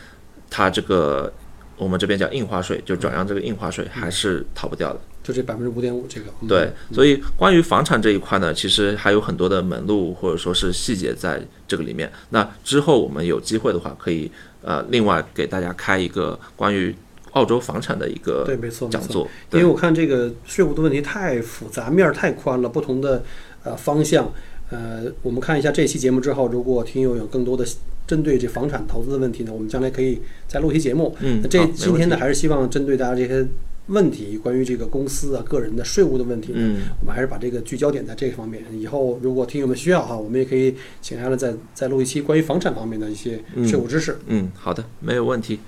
他这个我们这边叫印花税，就转让这个印花税还是逃不掉的。
就这百分之五点五这个，嗯
对，所以关于房产这一块呢，其实还有很多的门路或者说是细节在这个里面。那之后我们有机会的话，可以呃另外给大家开一个关于澳洲房产的一个
对，没错，没
讲
错。
座。
因
对
为，我看这个税务的问题太复杂，面儿太宽了，不同的呃方向。呃，我们看一下这期节目之后，如果听友有更多的针对这房产投资的问题呢，我们将来可以再录一期节目。
嗯
那，这
好没
今
问
天
题
呢，还是希望针对大家这些问题，关于这个公司啊、个人的税务的问题，
嗯。
我们还是把这个聚焦点在这方面。以后如果听友们需要哈，我们也可以请艾伦再再录一期关于房产方面的一些税务知识。
嗯，好的，没有问题。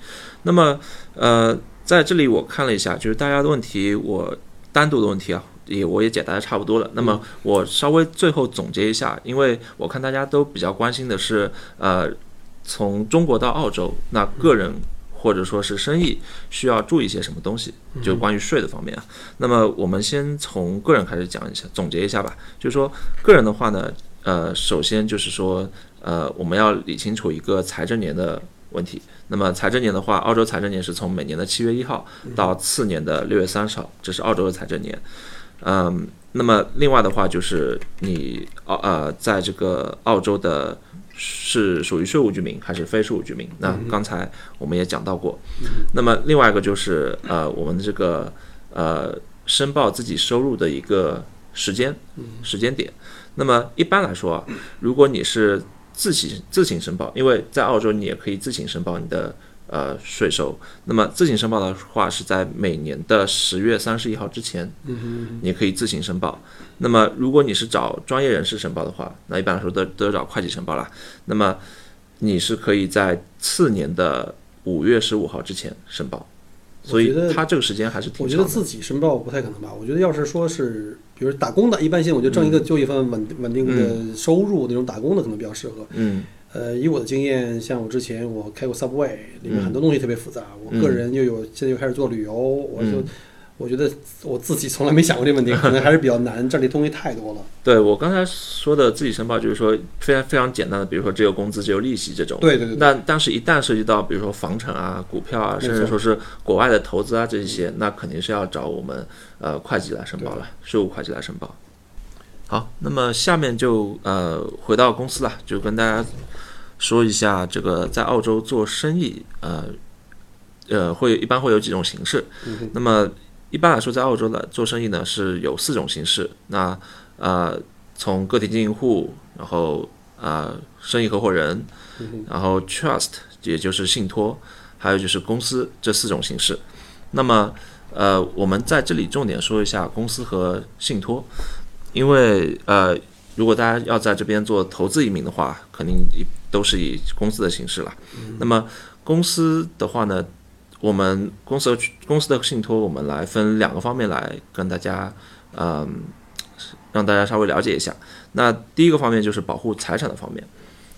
那么，呃，在这里我看了一下，就是大家的问题，我单独的问题啊，也我也解答的差不多了。那么我稍微最后总结一下，因为我看大家都比较关心的是，呃，从中国到澳洲，那个人或者说是生意需要注意些什么东西，就关于税的方面啊。那么我们先从个人开始讲一下，总结一下吧。就是说，个人的话呢，呃，首先就是说，呃，我们要理清楚一个财政年的问题。那么财政年的话，澳洲财政年是从每年的七月一号到次年的六月三十号，这是澳洲的财政年。嗯，那么另外的话就是你澳呃，在这个澳洲的是属于税务居民还是非税务居民？那刚才我们也讲到过。那么另外一个就是呃，我们的这个呃申报自己收入的一个时间
嗯
时间点。那么一般来说啊，如果你是自行自行申报，因为在澳洲你也可以自行申报你的呃税收。那么自行申报的话是在每年的十月三十一号之前，
嗯哼，
你可以自行申报。那么如果你是找专业人士申报的话，那一般来说都都要找会计申报啦。那么你是可以在次年的五月十五号之前申报，所
我
以
觉得
它这个时间还是挺
我觉
长的。
得自己申报不太可能吧。我觉得要是说是，比如打工的，一般性我觉得挣一
嗯
个就一份稳稳定的收入那种打工的可能比较适合。
嗯
呃，以我的经验，像我之前我开过 Subway，里面
嗯
很多东西特别复杂。我个人又有现在又开始做旅游，我就、
嗯
我觉得我自己从来没想过这个问题，可能还是比较难。这里东西太多了。
对我刚才说的自己申报，就是说非常非常简单的，比如说只有工资只有利息这种。
对对对对，
那但是，一旦涉及到比如说房产啊、股票啊，
没错
甚至说是国外的投资啊这一些，那肯定是要找我们呃会计来申报了，税务会计来申报。好，那么下面就呃回到公司了，就跟大家说一下这个在澳洲做生意，呃呃会一般会有几种形式。
嗯哼
那么一般来说，在澳洲的做生意呢是有四种形式。那呃从个体经营户，然后呃生意合伙人，
嗯哼
然后 trust 也就是信托，还有就是公司这四种形式。那么，呃，我们在这里重点说一下公司和信托，因为呃，如果大家要在这边做投资移民的话，肯定一都是以公司的形式了。那么公司的话呢，我们公司的公司的信托，我们来分两个方面来跟大家，嗯，让大家稍微了解一下。那第一个方面就是保护财产的方面。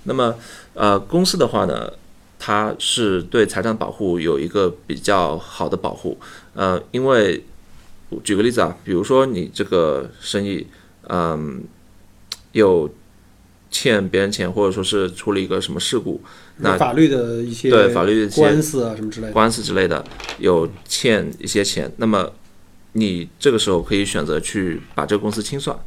那么，呃，公司的话呢，它是对财产保护有一个比较好的保护。呃，因为我举个例子啊，比如说你这个生意，嗯，有欠别人钱，或者说是出了一个什么事故，那
法律的一些
对法律的一些
官司啊什么之类的，
官司之类的，有欠一些钱，那么你这个时候可以选择去把这个公司清算。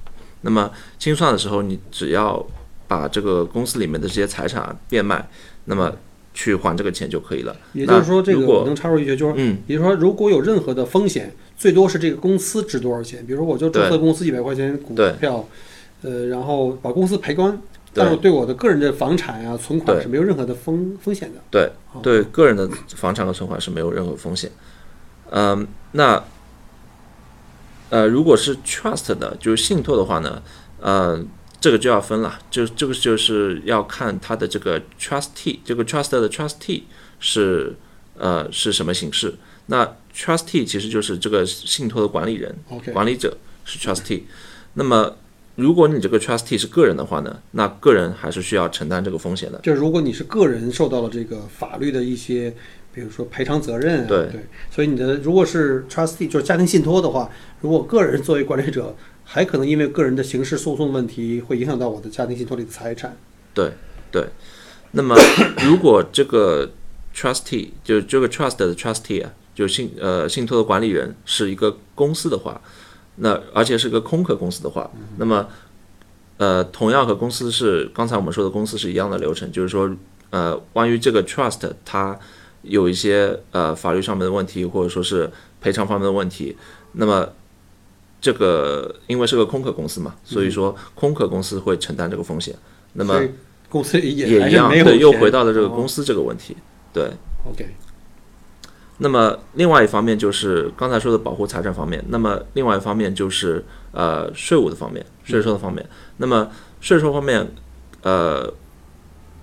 那么清算的时候，你只要把这个公司里面的这些财产啊变卖，那么去还这个钱就可以了。
也就是说，这
那
个
如果
我能插入一句，就是
嗯，
也就是说，如果有任何的风险，最多是这个公司值多少钱？比如说，我就注册
对
公司一百块钱股
对
票，呃，然后把公司赔光，
对
但是对我的个人的房产啊、存款
对
是没有任何的风风险的。
对
哦，
对个人的房产和存款是没有任何风险。嗯，那呃，如果是 trust 的，就是信托的话呢，呃，这个就要分了，就这个就是要看他的这个 trustee，这个 trust 的 trustee 是呃是什么形式。那 trustee 其实就是这个信托的管理人，
OK，
管理者是 trustee。那么，如果你这个 trustee 是个人的话呢，那个人还是需要承担这个风险的。
就是如果你是个人受到了这个法律的一些，比如说赔偿责任啊，对
对
所以你的如果是 trustee 就是家庭信托的话，如果个人作为管理者，还可能因为个人的刑事诉讼问题会影响到我的家庭信托里的财产。
那么， 如果这个 trustee 就这个 trust 的 trustee 啊，就信呃信托的管理人是一个公司的话，那而且是个空壳公司的话，那么呃，同样和公司是刚才我们说的公司是一样的流程，就是说呃，关于这个 trust 它有一些呃法律上面的问题，或者说是赔偿方面的问题，那么。这个因为是个空壳公司嘛，所以说空壳公司会承担这个风险。那么
所以公司也还
也一
是
样，
没有
对，又
钱
回到了这个
哦
公司这个问题。对，
OK，
那么另外一方面就是刚才说的保护财产方面，那么另外一方面就是呃税务的方面，税收的方面。那么税收方面，呃，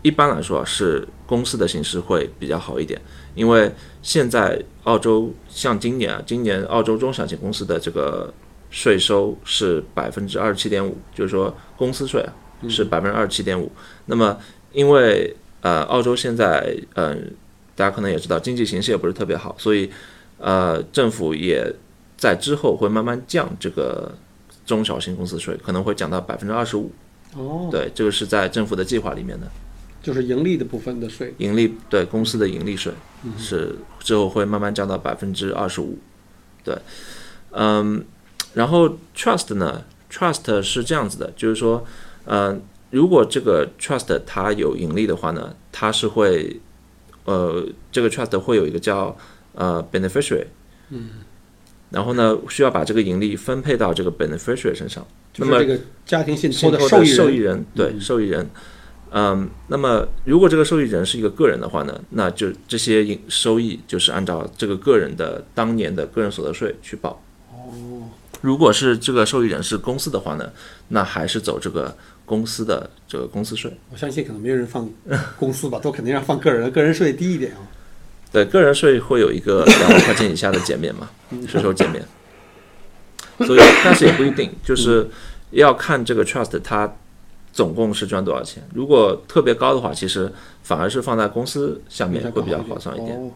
一般来说啊是公司的形式会比较好一点，因为现在澳洲像今年啊，今年澳洲中小型公司的这个税收是百分之二十七点五，就是说公司税啊是百分之二十七点五。那么因为呃澳洲现在嗯、呃大家可能也知道经济形势也不是特别好，所以呃政府也在之后会慢慢降这个中小型公司税，可能会降到百分之二十五。
哦，
对，这个是在政府的计划里面的
就是盈利的部分的税。
盈利，对公司的盈利税是之后会慢慢降到百分之二十五。对，嗯，然后 trust 呢，trust 是这样子的，就是说，嗯，如果这个 trust 它有盈利的话呢，它是会，呃，这个 trust 会有一个叫呃 beneficiary，
嗯，
然后呢需要把这个盈利分配到这个 beneficiary 身上。
就
那么
是这个家庭信托
信
的
托
受益
受
人
益人，对、受益人。嗯，那么如果这个受益人是一个个人的话呢，那就这些盈收益就是按照这个个人的当年的个人所得税去报。
哦，
如果是这个受益人是公司的话呢，那还是走这个公司的这个公司税。
我相信可能没有人放公司吧，都肯定让放个人，个人税低一点啊。
对，个人税会有一个两万块钱以下的减免嘛，税收减免。所以，但是也不一定，就是要看这个 trust 它总共是赚多少钱。如果特别高的话，其实反而是放在公司下面会比较划算一点。
哦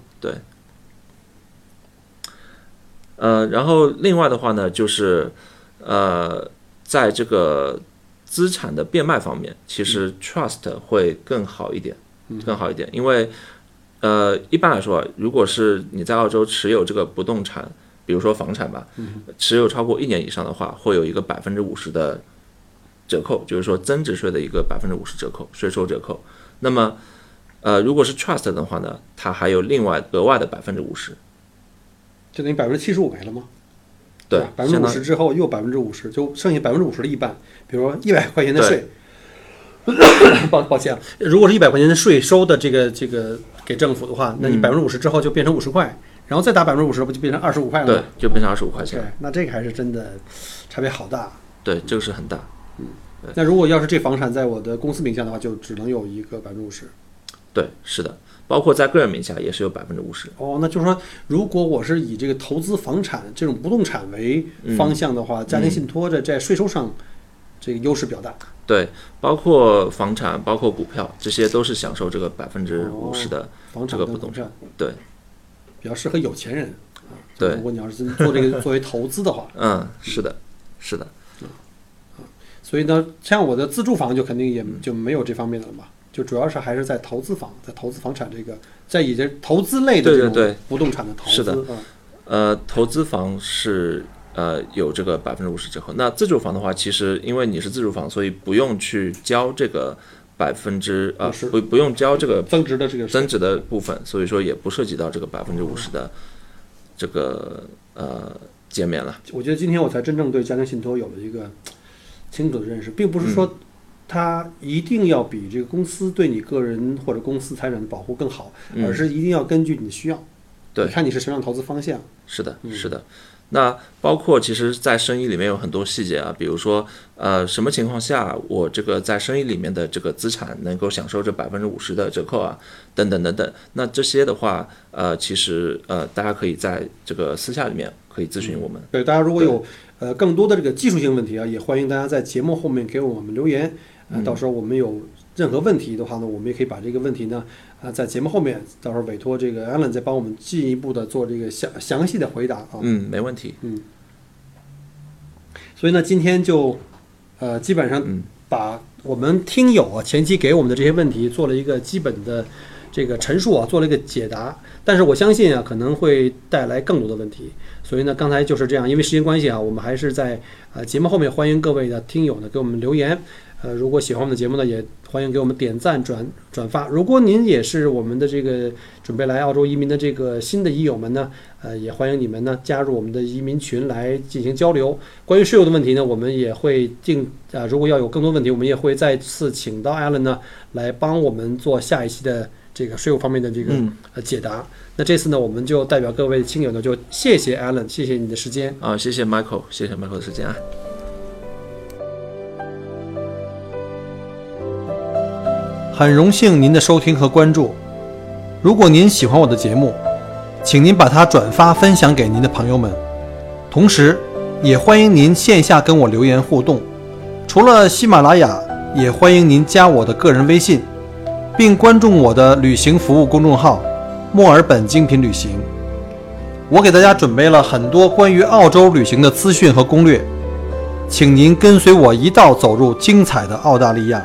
呃，然后另外的话呢，就是呃，在这个资产的变卖方面，其
嗯
实 trust 会更好一点，更好一点，因为呃，一般来说啊，如果是你在澳洲持有这个不动产，比如说房产吧，
嗯
持有超过一年以上的话，会有一个百分之五十的折扣，就是说增值税的一个百分之五十折扣，税收折扣。那么呃，如果是 trust 的话呢，它还有另外额外的百分之五十，
就等于百分之七十五没了吗？
对，
百分之
相
五
当于
十之后又百分之五十，就剩下百分之五十的一半。比如说一百块钱的税， 抱抱歉啊，如果是一百块钱的税收的这个这个给政府的话，那你
嗯
百分之五十之后就变成五十块，然后再打百分之五十，不就变成二十五块了
对
吗？，
就变成二十五块钱
对。，那这个还是真的差别好大。
对，这个是很大。
那如果要是这房产在我的公司名下的话，就只能有一个百分之五十。
对，是的，包括在个人名下也是有百分之五十。
哦，那就是说，如果我是以这个投资房产这种不动产为
嗯
方向的话，家庭信托的在税收上这个优势比较大。
对，包括房产，包括股票，这些都是享受这个百分之五十的。
房
这
产
个
跟
不
动产
对，
比较适合有钱人。啊
对
如果你要是真做这个作为投资的话，
嗯，是的，是的，
所以呢，像我的自住房就肯定也
嗯
就没有这方面的了嘛，就主要是还是在投资房，在投资房产这个，在以这投资类的
对
这
对
种
对
不动产的投资。
是的
啊
呃，投资房是呃有这个百分之五十折扣。那自住房的话，其实因为你是自住房，所以不用去交这个百分之呃
50
不不用交这个
增值的这个
增值的部分，所以说也不涉及到这个百分之五十的这个呃减免了。
我觉得今天我才真正对家庭信托有了一个清楚的认识，并不是
嗯
说它一定要比这个公司对你个人或者公司财产的保护更好，
嗯
而是一定要根据你的需要，
对
你看你是什么样的投资方向，
是的，
嗯
是的。那包括其实，在生意里面有很多细节啊，比如说，呃，什么情况下我这个在生意里面的这个资产能够享受这百分之五十的折扣啊，等等等等。那这些的话，呃，其实呃，大家可以在这个私下里面可以咨询我们。
对，大家如果有呃更多的这个技术性问题啊，也欢迎大家在节目后面给我们留言。
嗯
呃，到时候我们有任何问题的话呢，我们也可以把这个问题呢，啊、在节目后面，到时候委托这个 Alan 再帮我们进一步的做这个详详细的回答啊。
嗯，没问题。
所以呢，今天就呃基本上
嗯
把我们听友啊前期给我们的这些问题做了一个基本的这个陈述啊，做了一个解答。但是我相信啊，可能会带来更多的问题。所以呢，刚才就是这样，因为时间关系啊，我们还是在呃节目后面欢迎各位的听友呢给我们留言。呃，如果喜欢我们的节目呢，也欢迎给我们点赞、转转发。如果您也是我们的这个准备来澳洲移民的这个新的移友们呢，呃，也欢迎你们呢加入我们的移民群来进行交流。关于税务的问题呢，我们也会定啊、呃如果要有更多问题，我们也会再次请到 Alan 呢来帮我们做下一期的这个税务方面的这个、
嗯
呃解答。那这次呢，我们就代表各位亲友呢，就谢谢 Alan，谢谢你的时间。
啊，谢谢 Michael，谢谢 Michael 的时间啊。
很荣幸您的收听和关注。如果您喜欢我的节目，请您把它转发分享给您的朋友们，同时也欢迎您线下跟我留言互动。除了喜马拉雅，也欢迎您加我的个人微信，并关注我的旅行服务公众号“墨尔本精品旅行”。我给大家准备了很多关于澳洲旅行的资讯和攻略，请您跟随我一道走入精彩的澳大利亚。